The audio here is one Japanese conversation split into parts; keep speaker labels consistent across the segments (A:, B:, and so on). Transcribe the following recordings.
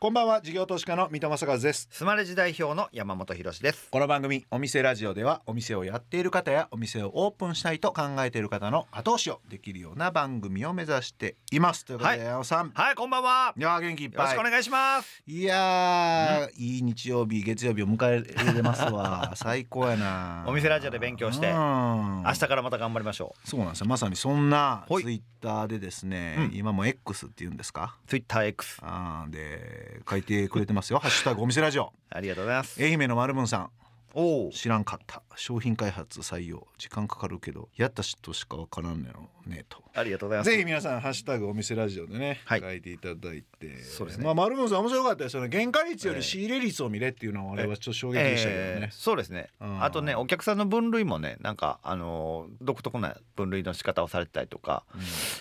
A: こんばんは事業投資家の三戸正和です
B: スマレジ代表の山本博史です。
A: この番組お店ラジオではお店をやっている方やお店をオープンしたいと考えている方の後押しをできるような番組を目指していますということで、
B: はい
A: 矢野さん
B: はい、こんばんは。
A: い
B: よ
A: やー元気いっ
B: ろ
A: ぱ
B: し
A: い
B: くお願いします。
A: いやーいい日曜日月曜日を迎えられますわ 最高やな
B: お店ラジオで勉強して
A: 明
B: 明日からまた頑張りましょう。
A: そうなんですよまさにそんなツ
B: はい
A: イッターでですね、
B: うん
A: 今も X って言うんですか
B: Twitter X
A: あーで書いてくれてますよ「ハッシュタグお店ラジオ
B: ありがとうございます。
A: 愛媛の丸文さん
B: おお、
A: 知らんかった商品開発採用時間かかるけどやった人しかわからんねのね」と。
B: ありがとうございます。
A: ぜひ皆さん「ハッシュタグお店ラジオ」でね、
B: はい
A: 書いていただいて
B: そうですね
A: まあ、丸文さん面白かったですよね原価率よ
B: え
A: り
B: え
A: 仕入れ率を見れっていうのは我々はちょっと衝撃でしたけど
B: え
A: ね
B: ー、、そうですね、
A: うん
B: あとねお客さんの分類もねなんかあのー独特な分類の仕方をされてたりとか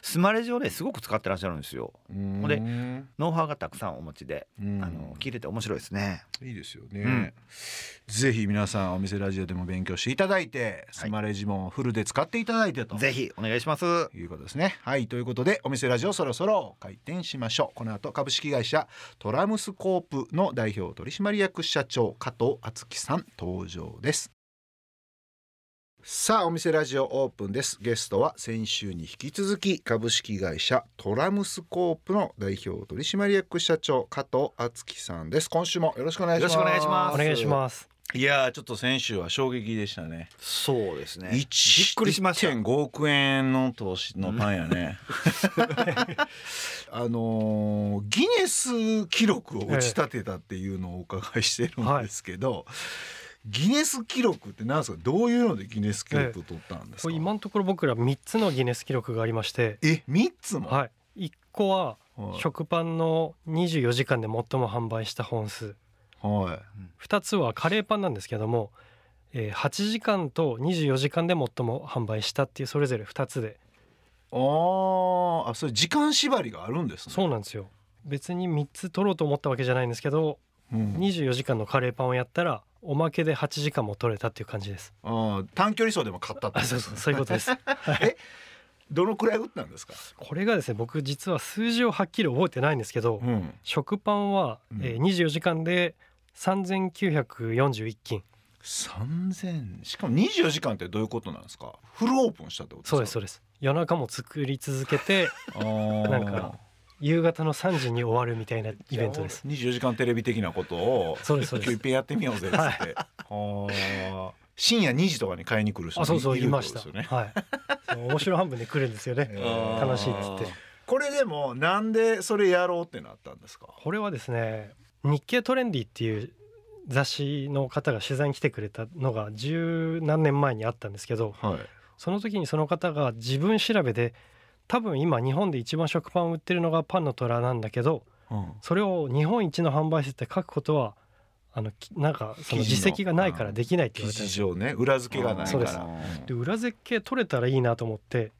B: スマレジをねすごく使ってらっしゃるんですよ
A: うん
B: ほんで
A: うん
B: ノウハウがたくさんお持ちで、
A: うん
B: あのー聞いてて面白いですね
A: いいですよね、
B: うん
A: ぜひ皆さんお店ラジオでも勉強していただいてスマレジもフルで使っていただいてと、
B: ぜひお願いしますは
A: いうことですね。はいということでお店ラジオそろそろ開店しましょう。この後株式会社トラムスコープの代表取締役社長加藤敦樹さん登場です。さあお店ラジオオープンですゲストは先週に引き続き株式会社トラムスコープの代表取締役社長加藤敦樹さんです今週もよろしくお願いします
B: よろしくお願いします
C: お願いします。
A: すいやーちょっと先週は衝撃でしたね
B: そうですねびっ
A: 一
B: くりしました
A: 1.5億円の投資のパンやね。 あのーギネス記録を打ち立てたっていうのをお伺いしてるんですけど、ギネス記録ってなんですか。どういうのでギネス記録を取ったんです
C: こ
A: か。
C: れ今のところ僕ら3つのギネス記録がありまして、
A: え三つも。
C: はい、1個は
A: はい
C: 食パンの24時間で最も販売した本数
A: は
C: 2つはカレーパンなんですけども、えー8時間と24時間で最も販売したっていうそれぞれ2つで
A: い。ああ、あそれ時間縛りがあるんですね。
C: そうなんですよ別に3つ取ろうと思ったわけじゃないんですけど
A: うん、
C: 24時間のカレーパンをやったらおまけで8時間も取れたっていう感じです
A: ああ、短距離走でも買ったって
C: あ
A: こと
C: そう
A: です
C: そう
A: ね。
C: そういうことです
A: どのくらい打ったんですか。
C: これがですね僕実は数字をはっきり覚えてないんですけど、
A: うん。
C: 食パンは、えー
A: う
C: 24時間で3941斤
A: 3000しかも24時間ってどういうことなんですかフルオープンしたってこと
C: そうですそう
A: で
C: です夜中も作り続 けて
A: すかあー
C: なんか夕方の3時に終わるみたいなイベントです
A: 24時間テレビ的なことを
C: そうですそうで
A: 今日いっ
C: す
A: ぺんやってみようぜっつって、
C: は
A: あー深夜2時とかに買いに来る人
C: あそうそうい
A: るって
C: ま
A: こ
C: し
A: と
C: た
A: ですよね
C: はいその面白半分で来るんですよね
A: あー
C: 楽しいっつって
A: これでもなんでそれやろうってなったんですか
C: これはですね日経トレンディっていう雑誌の方が取材に来てくれたのが十何年前にあったんですけど
A: はい
C: その時にその方が自分調べで多分今日本で一番食パンを売ってるのがパンの虎なんだけど
A: うん
C: それを日本一の販売数って書くことはあのきなんかその
A: 記事の
C: 実績がないからできないって言
A: 記
C: われた
A: 事
C: んですよ
A: 上ね裏付けがないか
C: そうです
A: らうん
C: で裏絶景取れたらいいなと思って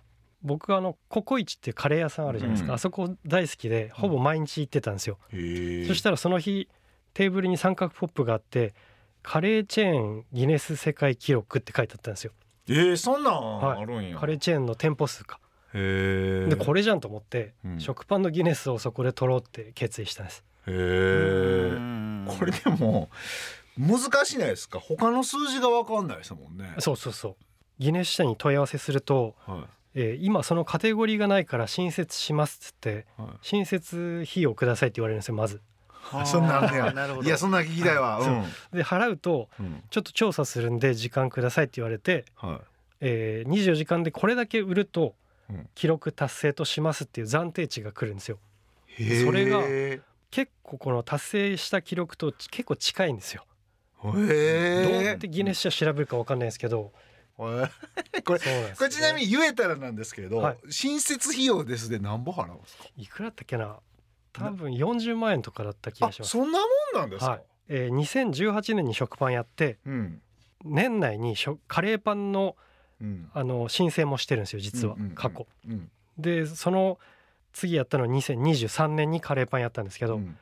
C: 僕あのココイチっていうカレー屋さんあるじゃないですか、
A: うん
C: あそこ大好きでほぼ毎日行ってたんですよ、
A: へえ
C: そしたらその日テーブルに三角ポップがあってカレーチェーンギネス世界記録って書いてあったんですよ
A: えー、そんなんあるんや、
C: カレーチェーンの店舗数か
A: へえ
C: でこれじゃんと思って、
A: うん
C: 食パンのギネスをそこで取ろうって決意したんです
A: へ
B: う
A: え
B: ん
A: これでも難しいないですか他の数字が分かんないですもんね。
C: そうそうそうギネス社に問い合わせすると
A: は
C: えー今そのカテゴリーがないから新設しますっつって
A: い、
C: 新設費用くださいって言われるんですよまず
A: あそんなんあんねや
B: なる
A: は
B: ほど
A: い、いやそんな聞きたいわ。うん
C: で払うと
A: うん
C: ちょっと調査するんで時間くださいって言われて、
A: は
C: えー24時間でこれだけ売ると
A: うん
C: 記録達成としますっていう暫定値が来るんですよ
A: いへー
C: それが
A: へ
C: 結構この達成した記録とち結構近いんですよ、
A: え
C: どうやってギネス社調べるかわかんないですけど、
A: これ
C: そうなんですよね
A: これちなみに言えたらなんですけど、
C: はい
A: 新設費用ですで何ぼ払うんですか
C: いくらだったっけな多分40万円とかだった気
A: あ
C: がします、
A: そんなもんなんですか、
C: はいえー2018年に食パンやって
A: うん
C: 年内にしょカレーパンの
A: うん
C: あの申請もしてるんですよ実は
A: うんうんうん
C: 過去。
A: うん
C: でその次やったのは2023年にカレーパンやったんですけ
A: う
C: ど
A: ん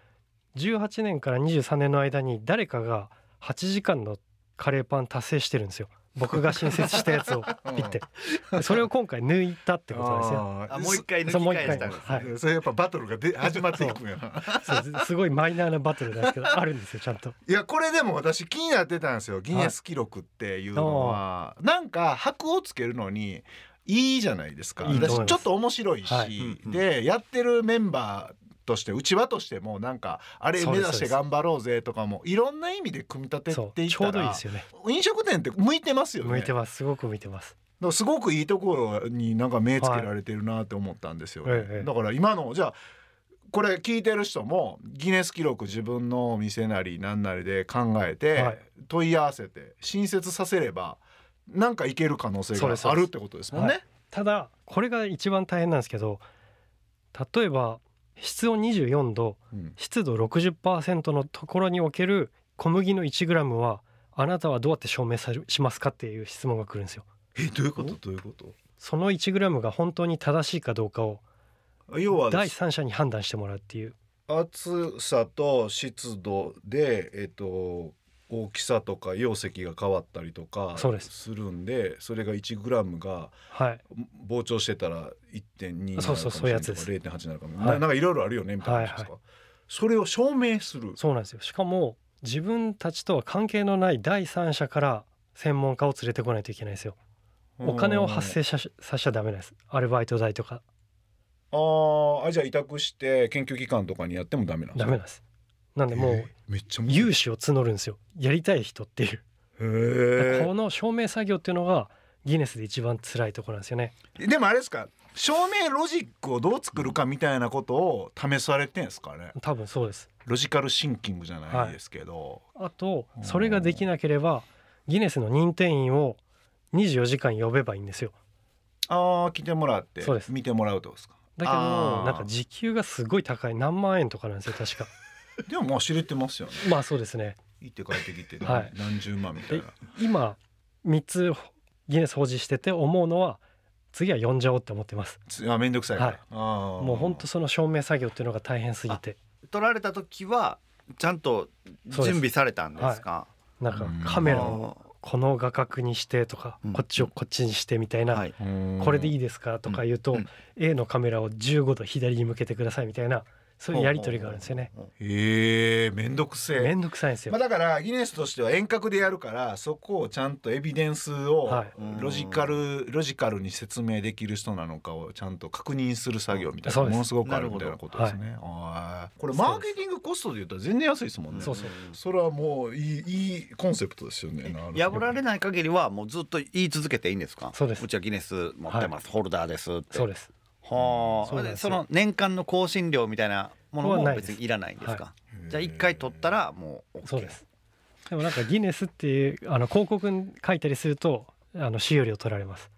C: 18年から23年の間に誰かが8時間のカレーパン達成してるんですよ。僕が新設したや つをピッてそれを今回抜いたってことですよ。
A: あー
B: あもう一回抜き
C: そうもう一
B: 返し
C: 回
B: たんです
C: はい
A: そそれやっぱバトルがで始まっていくんやな
C: そうですすごいマイナーなバトルなんですけどあるんですよちゃんと。
A: いやこれでも私気になってたんですよギネス記録っていうのは、なんか箔をつけるのにいいじゃないですか
C: いいと思い
A: 私
C: ます
A: ちょっと面白いし、
C: はい
B: うんうん
A: でやってるメンバーとしてうちわとしてもなんかあれ
C: そう
A: 目
C: です
A: 指して頑張ろうぜとかもいろんな意味で組み立
C: そ
A: てて
C: う
A: いっ
C: ちょ
A: た
C: うどいい
A: ら
C: ですよね。
A: 飲食店って向いてますよね
C: 向いてますすごく向いてます。
A: だからすごくいいところになんか目つけられてるなって思ったんですよね、
C: はいええ
A: だから今のじゃあこれ聞いてる人もギネス記録自分のお店なりなんなりで考え
C: はい
A: て問い合わせて新設させればなんかいける可能性
C: そうです
A: があるってことですもん
C: は
A: ね。
C: ただこれが一番大変なんですけど例えば室温24度
A: うん
C: 湿度60%のところにおける小麦の 1g はあなたはどうやって証明されしますかっていう質問が来るんですよ。
A: えどういうことどういうこと
C: その 1g が本当に正しいかどうかを
A: 要は
C: 第三者に判断してもらうっていう
A: 暑さと湿度で、えっと、大きさとか容積が変わったりとか
C: そうです
A: るんでそれが1グラムが
C: はい
A: 膨張してたら1.2になるかもしれないとか
C: そうそうそういうやつです
A: 0.8になるかも、
C: はい
A: ななんかいろいろあるよねみたいな話ですか、それを証明する
C: そうなんですよしかも自分たちとは関係のない第三者から専門家を連れてこないといけないんですよお金を発生さしさせちゃダメなんですアルバイト代とか
A: あーあじゃあ委託して研究機関とかにやってもダメなんで
C: ダ
A: すか
C: メなんですなんでも
A: え
C: う
A: ーめっちゃ
C: 融資を募るんですよやりたい人っていう
A: へ
C: この証明作業っていうのがギネスで一番辛いところなんですよね
A: えでもあれですか証明ロジックをどう作るかみたいなことを試されてんですかね
C: 多分そうです
A: ロジカルシンキングじゃないですけど、
C: あとそれができなければギネスの認定員を24時間呼べばいいんですよ
A: ああ来てもらって
C: そうです
A: 見てもらうってことですか
C: だけど
A: あー
C: なんか時給がすごい高い何万円とかなんですよ確か
A: でももう知れてますよね
C: まあそうですね
A: 行って帰ってきて、
C: はい
A: 何十万みたいな
C: 今3つギネス保持してて思うのは次は呼んじゃおうって思ってます
A: つあめんどくさいから、
C: はい
A: あー
C: もうほんとその証明作業っていうのが大変すぎて
B: 取られた時はちゃんと準備されたんですか
C: なんか
A: うん
C: カメラをこの画角にしてとか
B: うん
C: こっちをこっちにしてみたいな、
B: はい
A: こ
C: これでいい
A: い
C: ですかとか言うと、
B: うんうん
C: A のカメラを15度左に向けてくださいみたいなそういうやり取りがあるんですよね。
A: へえめんどくせ
C: め
A: え
C: んどくさいんですよ、
A: まあだからギネスとしては遠隔でやるからそこをちゃんとエビデンスを
C: はい
A: ロジカルロジカルに説明できる人なのかをちゃんと確認する作業みたい
C: そ
A: な
C: うです
A: ものすごくあるみたいなことですね。あーこれマーケティングコストで言ったら全然安いですもんね。
C: そうそう
A: それはもういいいいコンセプトですよね。なるほど
B: 破られない限りはもうずっと言い続けていいんですか
C: そうです
B: うちはギネス持ってます、ホルダーですって
C: そうです
B: はあ
C: そうなん
B: で
C: です
B: そ
C: よ
B: の年間の更新料みたいなもの
C: はな
B: も
C: いです
B: 別にいらないんですか
A: はい
B: じゃあ一回取ったらもう OK
C: そうです。でもなんかギネスっていうあの広告に書いたりするとあの使用料取られます。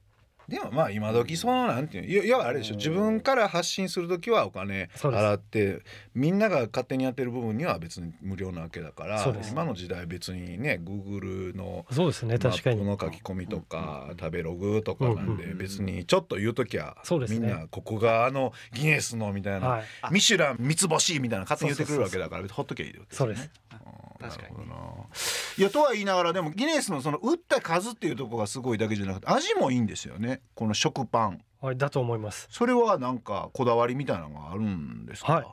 A: でもまあ今時そのなんていうのいやいやあれでしょ自分から発信する時はお金
C: そうです
A: 払ってみんなが勝手にやってる部分には別に無料なわけだから
C: そうです
A: 今の時代別にね Google の
C: そうですね確かに。
A: マップの書き込みとか食べログとかなんで
B: うんうん
A: 別にちょっと言う時は
C: そうです
A: み
C: ね
A: んなここがあのギネスのみたいな
C: はい。
B: あ
A: ミシュラン三つ星みたいな勝手に言ってくるわけだからほっときゃいいってこと
C: そう
A: よ
C: で
A: ね
C: す。
A: うん
B: 確かに
A: なるほどないやとは言いながらでもギネスのその打った数っていうところがすごいだけじゃなくて味もいいんですよねこの食パン
C: あれだと思います。
A: それはなんかこだわりみたいなのがあるんですか、
C: はい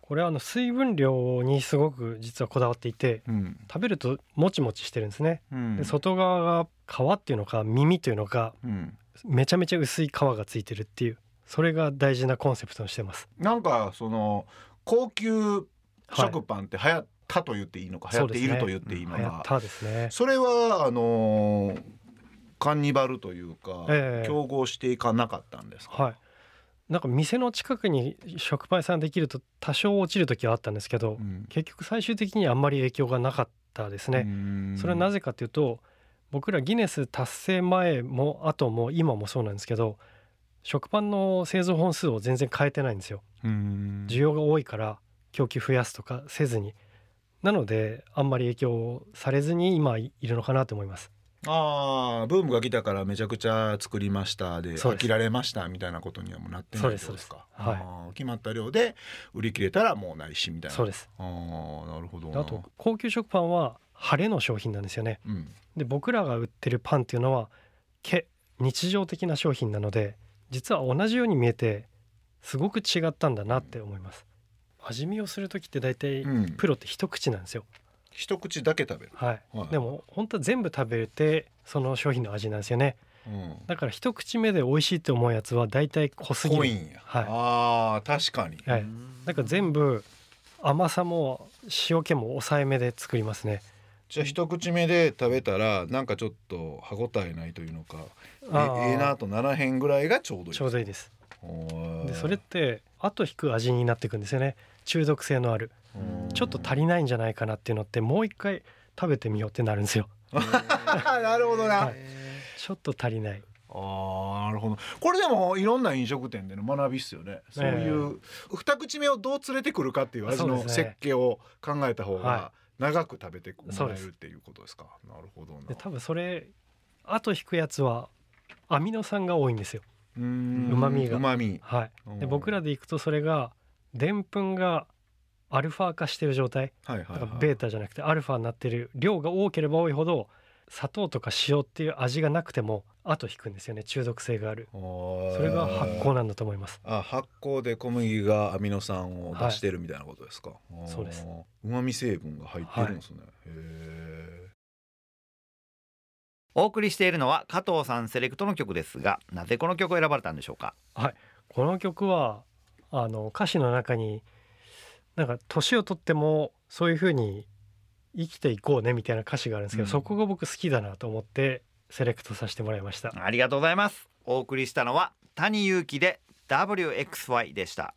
C: これはあの水分量にすごく実はこだわっていて
A: うん
C: 食べるともちもちしてるんですね。
A: うん
C: で外側が皮っていうのか耳というのか
A: うん
C: めちゃめちゃ薄い皮がついてるっていうそれが大事なコンセプトにしてます。
A: なんかその高級
C: はい。
A: 食パンって流行ったと言っていいのか、流行
C: そ
A: っ
C: うで
A: て
C: す
A: い
C: ね
A: ると言っていいの
C: 流行っ
A: か
C: たですね。
A: それはあのーカンニバルというか、
C: ええ
A: 競合していかなかったんですか、
C: はい。なんか店の近くに食パン屋さんできると多少落ちる時はあったんですけ
A: う
C: ど、
A: ん
C: 結局最終的にあんまり影響がなかったですね、それはな
A: ぜ
C: ぜかというと僕らギネス達成前も後も今もそうなんですけど食パンの製造本数を全然変えてないんですよ需要が多いから供給増やすとかせずになのであんまり影響されずに今いるのかなと思います
A: ああブームが来たからめちゃくちゃ作りましたで
C: そう
A: 飽
C: です
A: きられましたみたいなことにはもうなってない
C: そ
A: っ
C: う
A: てこ
C: です
A: とですか
C: そうですはい
A: あー決まった量で売り切れたらもうないしみたいな
C: そうです
A: あーなるほどな
C: あと高級食パンは晴れの商品なんですよね
A: うん
C: で僕らが売ってるパンっていうのはけ日常的な商品なので実は同じように見えてすごく違ったんだなって思います味見をする時って大体
A: うん
C: プロって一口なんですよ、
A: 一口だけ食べる、
C: はい
A: はい
C: でも本当は全部食べてその商品の味なんですよね
A: うん、
C: だから一口目で美味しいって思うやつは大体濃すぎ
A: 濃い
C: る
A: んや、
C: はい
A: あー確かに、
C: はいだから全部甘さも塩気も抑えめで作りますね
A: じゃあ一口目で食べたらなんかちょっと歯ごたえないというのか
C: あー
A: えええなとならへんぐらいがちょうどいい
C: ちょうどいいです
A: おー
C: でそれって後引く味になっていくんですよね中毒性のある
A: うん
C: ちょっと足りないんじゃないかなっていうのってもう一回食べてみようってなるんですよ
A: なるほどな、
C: はいちょっと足りない
A: あーなるほどこれでもいろんな飲食店での学びっすよねそういう二口目をどう連れてくるかっていう味
C: そうで
A: の
C: すね
A: 設計を考えた方が
C: は
A: 長く食べて
C: そ
A: も
C: う
A: ら
C: で
A: え
C: す
A: るっていうことですかなるほど
C: で
A: な
C: 多分それ後引くやつはアミノ酸が多いんですよ
A: うーん
C: うまみが
A: うまみ
C: はいで僕ら
A: で
C: でいくとそれがでんぷんがアルファ化してる状態
A: はいは
C: だ
A: い、
C: か
A: は
C: ら
A: い、
C: ベータじゃなくてアルファになってる量が多ければ多いほど砂糖とか塩っていう味がなくても後引くんですよね中毒性がある
A: そ
C: それが発酵なんだと思います
A: あ発酵で小麦がアミノ酸を出してるみたいなことですか、あー
C: そうです
A: うまみ成分が入ってるんですね、へえ
B: お送りしているのは加藤さんセレクトの曲ですがなぜこの曲を選ばれたんでしょうか
C: この曲はあの歌詞の中になんか年をとってもそういう風に生きていこうねみたいな歌詞があるんですけど、
A: うん
C: そこが僕好きだなと思ってセレクトさせてもらいました
B: ありがとうございますお送りしたのは谷祐希で WXY でした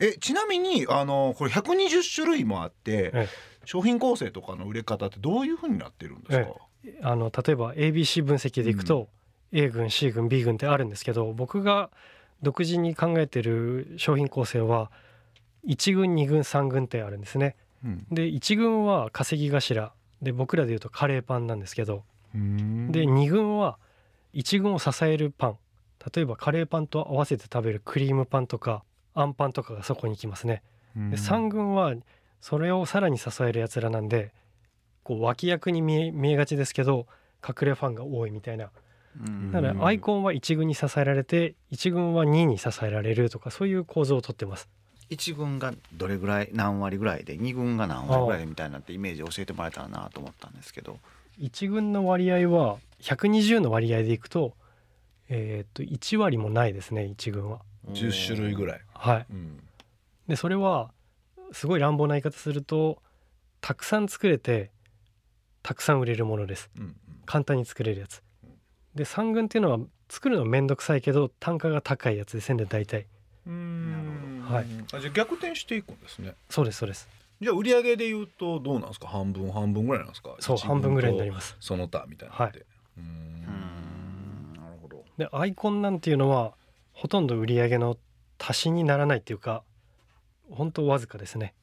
A: えちなみにあのこれ120種類もあって、
C: ええ
A: 商品構成とかの売れ方ってどういうふうになってるんですか、
C: あの例えば ABC 分析でいくと、A 群 C 群 B 群ってあるんですけど僕が独自に考えてる商品構成は1群2群3群ってあるんですね。
A: うん
C: で1群は稼ぎ頭で僕らでいうとカレーパンなんですけど
A: うん
C: で2群は1群を支えるパン例えばカレーパンと合わせて食べるクリームパンとかあんパンとかがそこに来ますね。で3軍はそれをさらに支えるやつらなんでこう脇役に見え見えがちですけど隠れファンが多いみたいな
B: うん
C: だか
A: うん
C: らアイコンは1軍に支えられて1軍は2に支えられるとかそういう構造をとってます
B: 一軍がどれぐらい何割ぐらいで二軍が何割ぐらいでみたいなってイメージ教えてもらえたらなと思ったんですけど
C: 1軍の割合は120の割合でいくと,、えーっと1割もないですね1軍は
A: 10種類ぐらい、
C: はい
A: うん
C: でそれはすごい乱暴な言い方するとたくさん作れてたくさん売れるものです
A: うん
C: 簡単に作れるやつで3軍っていうのは作るのめんどくさいけど単価が高いやつですね大体
A: うん、
C: なるほどはい
A: あじゃあ逆転していくんですね
C: そうですそうです
A: じゃあ売り上げで言うとどうなんですか半分半分ぐらいなんですか
C: そう半分ぐらいになります
A: すその他みたいなのって、うー
B: うんんなるほど
C: でアイコンなんていうのはほとんど売り上げの足しにならないっていうか本当わずかですね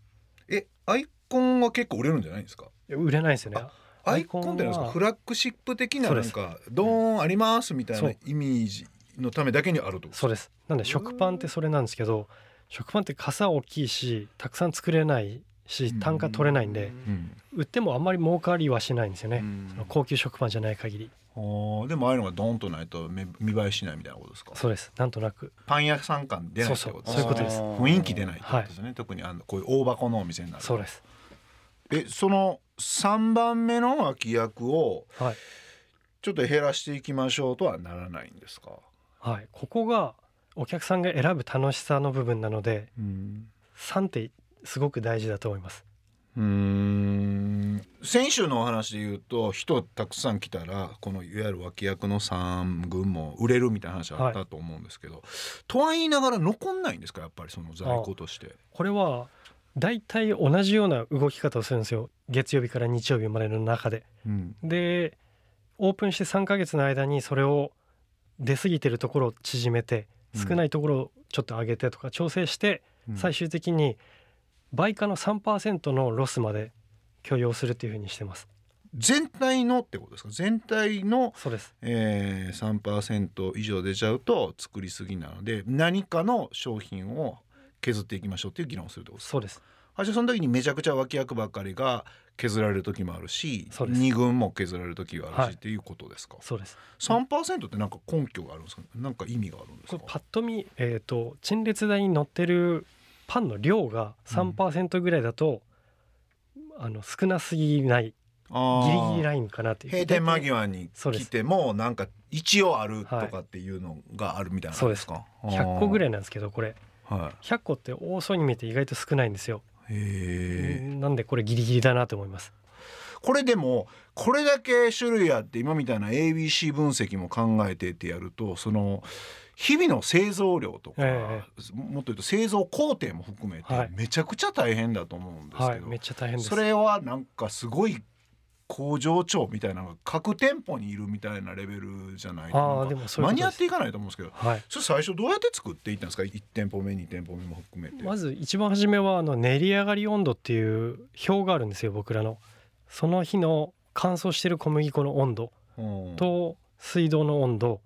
A: えアイコンは結構売れるんじゃないんですか
C: いや売れないですよね
A: アイコンってなんです
C: アイコン
A: か
C: は
A: フラッグシップ的な
C: そう
A: な
C: で
A: ん
C: す
A: かドーンありますみたい
C: そ
A: な
C: う
A: イメージのためだけにあるってこと
C: そうですなん
A: う
C: で
A: ん
C: 食パンってそれなんですけど食パンって傘大きいしたくさん作れないし単価取れないんで
A: うん
C: 売ってもあんまり儲かりはしないんですよ
B: う
C: ね
B: ん
C: その高級食パンじゃない限り
A: あーでもああいうのがドーンとないと目見栄えしないみたいなことですか
C: そうですなんとなく
A: パン屋さん感出ないってこと
C: そういうことです
B: あー
A: 雰囲気出ないってことですね、特にあのこういう大箱のお店になる
C: そうです
A: えその3番目の脇役を
C: はい
A: ちょっと減らしていきましょうとはならないんですか、
C: はい、ここがお客さんが選ぶ楽しさの部分なので
A: うん
C: 3ってすごく大事だと思います
A: うーん先週のお話で言うと人たくさん来たらこのいわゆる脇役の3軍も売れるみたいな話あったと思うんですけど、とは言いながら残んないんですかやっぱりその在庫として。
C: これはだいたい同じような動き方をするんですよ月曜日から日曜日までの中で
A: うん
C: でオープンして3ヶ月の間にそれを出過ぎてるところを縮めて
A: うん
C: 少ないところをちょっと上げてとか調整して最終的に倍価の3%のロスまで許容するっていうふうにしてます
A: 全体のってことですか全体の、
C: そうです
A: えー、3%以上出ちゃうと作りすぎなので何かの商品を削っていきましょうっていう議論をするってことですか
C: そうです
A: あじゃあその時にめちゃくちゃ脇役ばっかりが削られる時もあるし
C: そうです
A: 二軍も削られる時があるし、
C: はい
A: っていうことですか
C: そうです
A: 3%ってなんか根拠があるんですかなんか意味があるんです
C: これ
A: か
C: パッと見、えー、と陳列台に載ってるパンの量が3%ぐらいだと、あの少なすぎないギリギリラインかなっていう
A: 閉店間際に
C: そうで
A: 来
C: す
A: てもなんか一応あるとかっていうのがあるみたいな
C: はい
A: か、
C: 100個ぐ
A: らい
C: らいなんですけどこれ
A: は
C: 100個って多そうに見えて意外と少ないんですよ、
A: いへえ
C: なんでこれギリギリだなと思います
A: これでもこれだけ種類あって今みたいな ABC 分析も考えてってやるとその日々の製造量とか、
C: え
A: もっと言うと製造工程も含めて
C: はい
A: めちゃくちゃ大変だと思うんですけど、
C: はいめっちゃ大変です
A: それはなんかすごい工場長みたいなのが各店舗にいるみたいなレベルじゃないと
C: あー
A: なんか
C: でもそういう
A: 間
C: ことです
A: に合っていかないと思うんですけど
C: はい
A: それ最初どうやって作っていったんですか1店舗目2店舗目も含めて、
C: まず一番初めはあの練り上がり温度っていう表があるんですよ僕らのその日の乾燥してる小麦粉の温度
A: うん
C: と水道の温度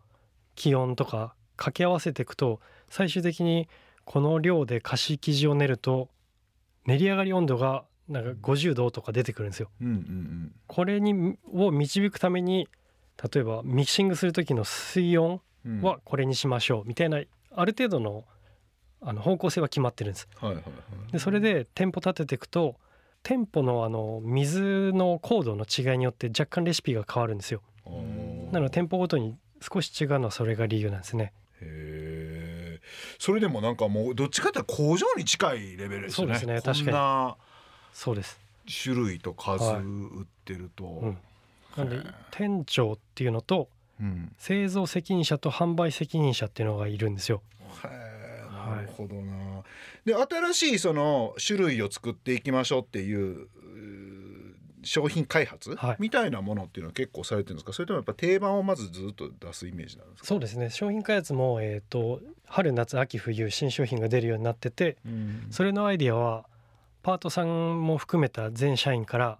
C: 気温とか掛け合わせていくと最終的にこの量で菓子生地を練ると練り上がり温度がなんか50度とか出てくるんですよ。
A: うんうん
C: これにを導くために例えばミキシングする時の水温
A: うんうん
C: はこれにしましょうみたいなある程度のあの方向性は決まってるんです。
A: はいはいはい
C: でそれで店舗立てていくと店舗のあの水の高度の違いによって若干レシピが変わるんですよ。
A: あー
C: なので店舗ごとに少し違うのはそれが理由なんですね。
A: へえそれでもなんかもうどっちかっていうと工場に近いレベルですね
C: そうですね
A: こん
C: 確
A: な
C: そうです。
A: 種類と数
C: はい
A: 売ってると、
C: うん。なん
A: へ
C: で
A: え
C: 店長っていうのと
A: うん
C: 製造責任者と販売責任者っていうのがいるんですよ。
A: へえ
C: はい
A: なるほどな。で新しいその種類を作っていきましょうっていううー商品開発、
C: はい
A: みたいなものっていうのは結構されてるんですかそれともやっぱ定番をまずずっと出すイメージなんですか
C: そうですね。商品開発もえっ、と春夏秋冬新商品が出るようになってて、
A: うん
C: それのアイディアはパートさんも含めた全社員から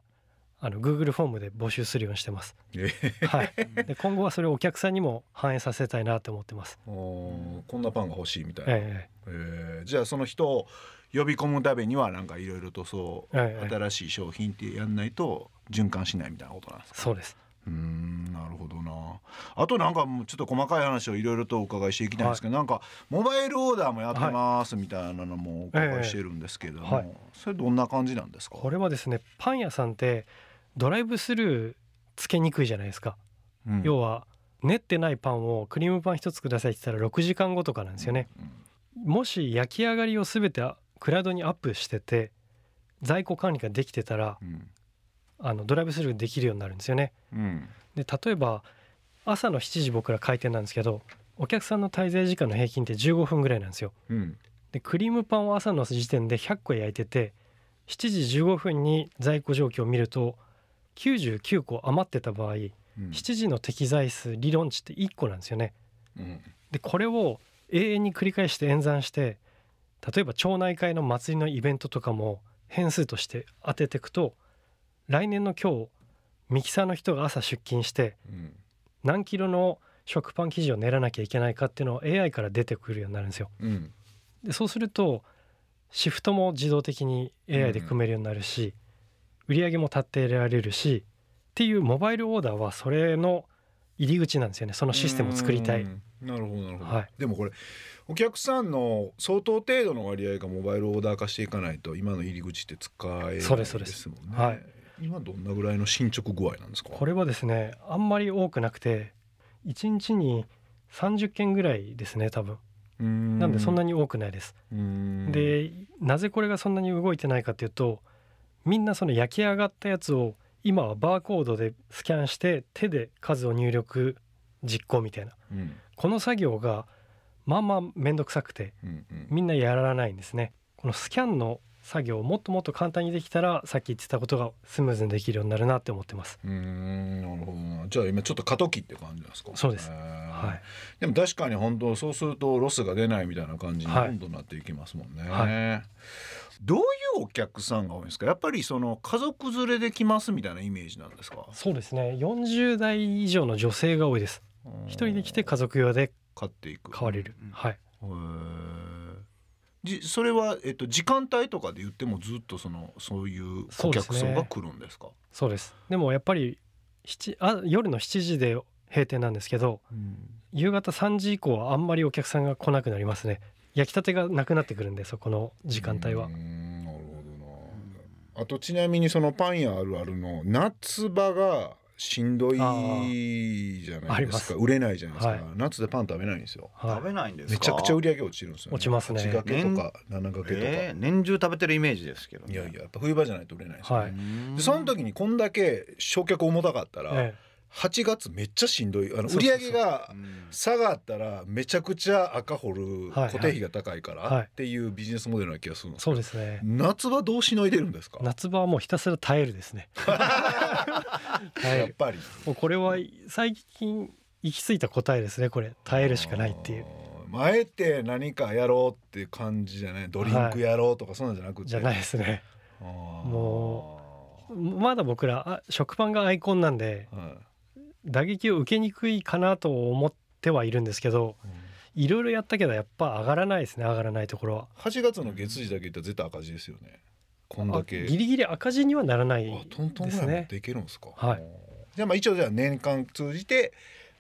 C: あの Google フォームで募集するようにしてます。
A: え
C: はい。で今後はそれをお客さんにも反映させたいなと思ってます。
A: おーこんなパンが欲しいみたいな、
C: え
A: えーじゃあその人を呼び込むためにはなんかいろいろとそう、
C: ええ
A: 新しい商品ってやんないと循環しないみたいなことなんです
C: え
A: か
C: そうです。
A: うーんなるほどなあとなんかもうちょっと細かい話をいろいろとお伺いしていきたいんですけど、なんかモバイルオーダーもやってますみたいなのもお伺いしてるんですけれども、
C: ええはい
A: それどんな感じなんですか
C: これはですねパン屋さんってドライブスルーつけにくいじゃないですか、
A: うん
C: 要は練ってないパンをクリームパン一つくださいって言ったら6時間後とかなんですよね、もし焼き上がりを全てクラウドにアップしてて在庫管理ができてたら
A: うん
C: あのドライブスルーできるようになるんですよね
A: うん
C: で例えば朝の7時僕ら開店なんですけどお客さんの滞在時間の平均って15分ぐらいなんですよ
A: うん
C: でクリームパンを朝の時点で100個焼いてて7時15分に在庫状況を見ると99個余ってた場合
A: うん
C: 7時の適材数理論値って1個なんですよね。
A: うん
C: でこれを永遠に繰り返して演算して例えば町内会の祭りのイベントとかも変数として当てていくと来年の今日ミキサーの人が朝出勤して
A: うん
C: 何キロの食パン生地を練らなきゃいけないかっていうのを AI から出てくるようになるんですよ。
A: うん
C: でそうするとシフトも自動的に AI で組めるようになるし、売り上げも立てられるしっていうモバイルオーダーはそれの入り口なんですよねそのシステムを作りたい。
A: うんなるほどなるほど、
C: はい
A: でもこれお客さんの相当程度の割合がモバイルオーダー化していかないと今の入り口って使えないです
C: そ
A: も
C: うんで
A: ね
C: すそうですはい
A: 今どんなぐらいの進捗具合なんですか
C: これはですねあんまり多くなくて1日に30件ぐらいですね多分な
A: なん
C: でそんなに多くないです。
A: で、
C: でなぜこれがそんなに動いてないかっていうとみんなその焼き上がったやつを今はバーコードでスキャンして手で数を入力実行みたいな
A: うん
C: この作業がまあまあ面倒くさくて
A: うんうん
C: みんなやらないんですねこのスキャンの作業をもっともっと簡単にできたらさっき言ってたことがスムーズにできるようになるなって思ってます。
A: うんなるほどなじゃあ今ちょっと過渡期って感じなんですか
C: そうです
A: へー
C: はい、
A: でも確かに本当そうするとロスが出ないみたいな感じに
C: はい
A: どんどんなっていきますもんね、
C: は
A: どういうお客さんが多いんですかやっぱりその家族連れで来ますみたいなイメージなんですか
C: そうですね40代以上の女性が多いです一人で来て家
A: 買
C: 族用で
A: っていく
C: 買われる、
B: うん
C: はい
A: へーじそれは、えっと、時間帯とかで言ってもずっとそのそういうお客層が来るんですか
C: そうですでもやっぱり7あ夜の7時で閉店なんですけど夕方3時以降はあんまりお客さんが来なくなりますね焼きたてがなくなってくるんでそこの時間帯は
A: うーんなるほどなあとちなみにそのパン屋あるあるの夏場がしんどいじゃ
C: あ
A: な
C: あ
A: い
C: り
A: で
C: ますす
A: か売れないじゃないですか、
C: はい
A: 夏でパン食べないんですよ
C: はい
B: 食べないんですか
A: めちゃくちゃ売り上げ落ちるんですよ、
C: 落ちますね
A: 8掛けとか7掛けとか、
B: えー年中食べてるイメージですけどね、
A: いやいややっぱ冬場じゃないと売れないですよね、
C: はいう
A: でその時にこんだけ焼却重たかったら、
C: え
A: 8月めっちゃしんどいあの
C: そ
A: 売
C: うそう
A: り
C: そう
A: 上げが
B: うん
A: 下がったらめちゃくちゃ赤掘る
C: はいはい
A: 固定費が高いか
C: は
A: ら
C: い
A: っていうビジネスモデルな気がするん
C: え
A: ですけど
C: そうですね
A: 夏場どうしのいでるんですか
C: 夏場はもうひたすら耐えるです ね耐え
A: やっ
C: る
A: ぱり
C: もうこれは最近行き着いた答えですねこれ耐えるしかないっていう
A: あーまああえて何かやろうっていう感じじゃないドリンクやろうとかそんなんじゃなくて、
C: じゃない
A: い
C: ですね
A: も
C: まだ僕らあ食パンがアイコンなんで
A: う、は
C: 打撃を受けにくいかなと思ってはいるんですけど
A: いうん
C: いろいろやったけどやっぱ上がらないですね上がらないところは
A: 8月の月次だけ言ったら絶対赤字ですよねこんだけ
C: あギリギリ赤字にはならない
A: あトントンぐら
C: です
A: い持っ
C: ね
A: ていけるんですか
C: はい
A: じゃあまあ一応じゃあ年間通じて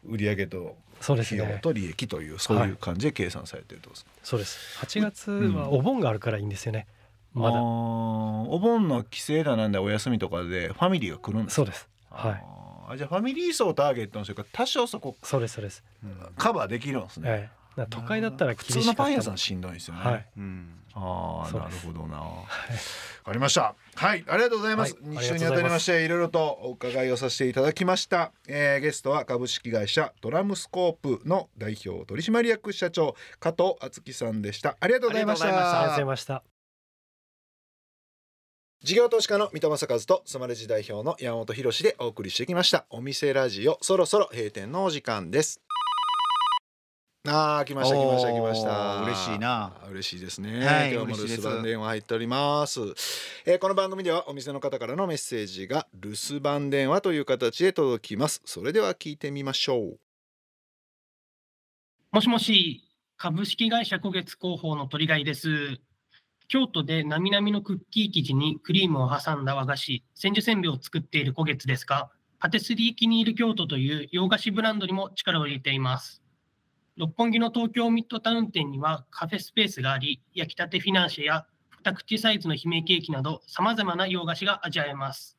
A: 売上と
C: そうです
A: 費用
C: ね
A: と利益というそういう感じで計算されてるってことですか
C: そうです8月はお盆があるからいいんですよねま
A: あー
C: だ
A: お盆の帰省だなんだお休みとかでファミリーが来るんです
C: そ
A: か
C: うですはい
A: あーあじゃあファミリー層をターゲットの人が多少そこ
C: そうですそうです、
A: カバーできるんですね、
C: ええだから都会だったら
A: 普
C: 厳しかっ
A: 通
C: た
A: のパン屋さんしんどいんですよね、
C: はい
B: うん
A: ああ
C: そう
A: な
C: で
A: る
C: す
A: ほどなわかりましたはいありがとうございます、
C: はい
A: 2週にわたりましていろいろとお伺いをさせていただきました、えーゲストは株式会社ドラムスコープの代表取締役社長加藤敦樹さんでしたありがとうございまし
B: ありがとうご
A: た
B: ざいました
C: ありがとうございました
A: 事業投資家の三戸正和とスマレジ代表の山本博史でお送りしてきましたお店ラジオそろそろ閉店のお時間ですあー来ました来ました来ました
B: おー嬉しいな
A: 嬉しいですね、
B: はい
A: 今日も留
B: 嬉し
A: 守
B: いです
A: 番電話入っておりますえーこの番組ではお店の方からのメッセージが留守番電話という形で届きますそれでは聞いてみましょう
D: もしもし、株式会社古月広報の鳥貝です。京都でなみなみのクッキー生地にクリームを挟んだ和菓子、千住せんべいを作っている古月ですが、パティスリー気に入る京都という洋菓子ブランドにも力を入れています。六本木の東京ミッドタウン店にはカフェスペースがあり、焼きたてフィナンシェや二口サイズの姫ケーキなど様々な洋菓子が味わえます。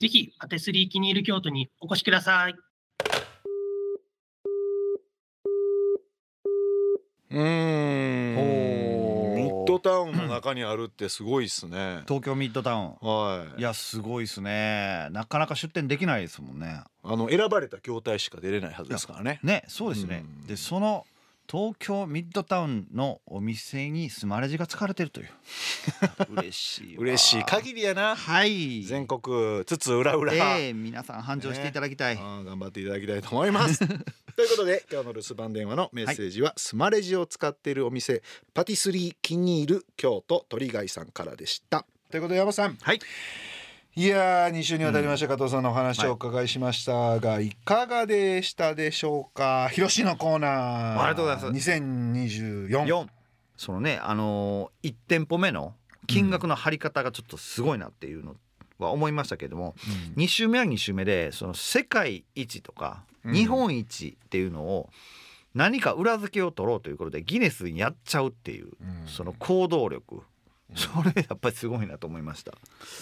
D: ぜひパティスリー気に入る京都にお越しください。
A: うーん
B: おー
A: ミッドタウンの中にあるってすごいですね
B: 東京ミッドタウン
A: はい
B: いやすごいですねなかなか出店できないですもんね
A: あの選ばれた業態しか出れないはずですからね。
B: ねそうですね
A: うん
B: でその東京ミッドタウンのお店にスマレジが使われてるという 嬉しいわ
A: 嬉しい限りやな。
B: はい
A: 全国つつ裏裏。
B: ええ皆さん繁盛していただきたい、
A: あー頑張っていただきたいと思い ます。ということで今日の留守番電話のメッセージは、スマレジを使っているお店パティスリー気に入る京都鳥貝さんからでした。ということで山本さん。
B: はい。
A: いやー2週にわたりました、加藤さんのお話をお伺いしましたが、い、かがでしたでしょうか広しのコーナー
B: ありがとうございます
A: 2024
B: 四。そのねあのー、1店舗目の金額の張り方がちょっとすごいなっていうのは思いましたけれども、
A: うん
B: 2週目は2週目でその世界一とか
A: うん
B: 日本一っていうのを何か裏付けを取ろうということでギネスにやっちゃうってい
A: う
B: う
A: ん
B: その行動力それやっぱりすごいなと思いました。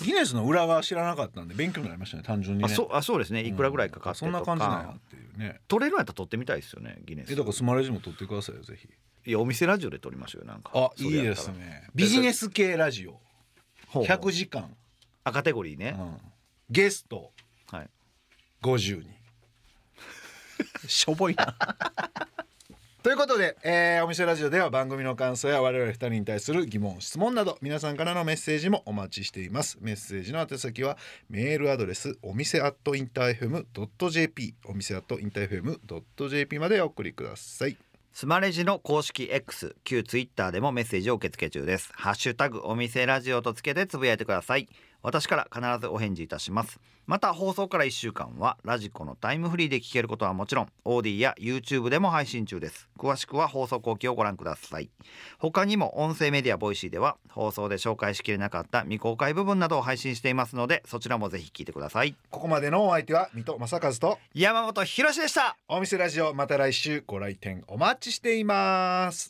A: ギネスの裏は知らなかったんで勉強になりましたね単純にね
B: あそうあそうですね
A: うん
B: いくらぐらいかかって
A: そんな
B: と
A: 感じなんや
B: か
A: っていうね
B: 取れるんやったら取ってみたいですよねギネス
A: えだからスマレジも撮ってくださいよぜひ
B: いやお店ラジオで取りましょうよなんかそれやったら
A: ねビジネス系ラジオ
B: ほうほう
A: 100時間、
B: あカテゴリー
A: う
B: ね、
A: んゲスト
B: はい
A: 50人しょぼいなということで、えーお店ラジオでは番組の感想や我々2人に対する疑問質問など皆さんからのメッセージもお待ちしていますメッセージの宛先はメールアドレスお店アットインターフェム .jp お店アットインターフェム .jp までお送りください
B: スマレジの公式 X 旧 Twitter でもメッセージを受け付け中ですハッシュタグお店ラジオとつけてつぶやいてください私から必ずお返事いたしますまた放送から1週間はラジコのタイムフリーで聞けることはもちろん OD や YouTube でも配信中です詳しくは放送後期をご覧ください他にも音声メディアボイシーでは放送で紹介しきれなかった未公開部分などを配信していますのでそちらもぜひ聞いてください
A: ここまでのお相手は水戸正和と
B: 山本博史でした
A: お店ラジオまた来週ご来店お待ちしています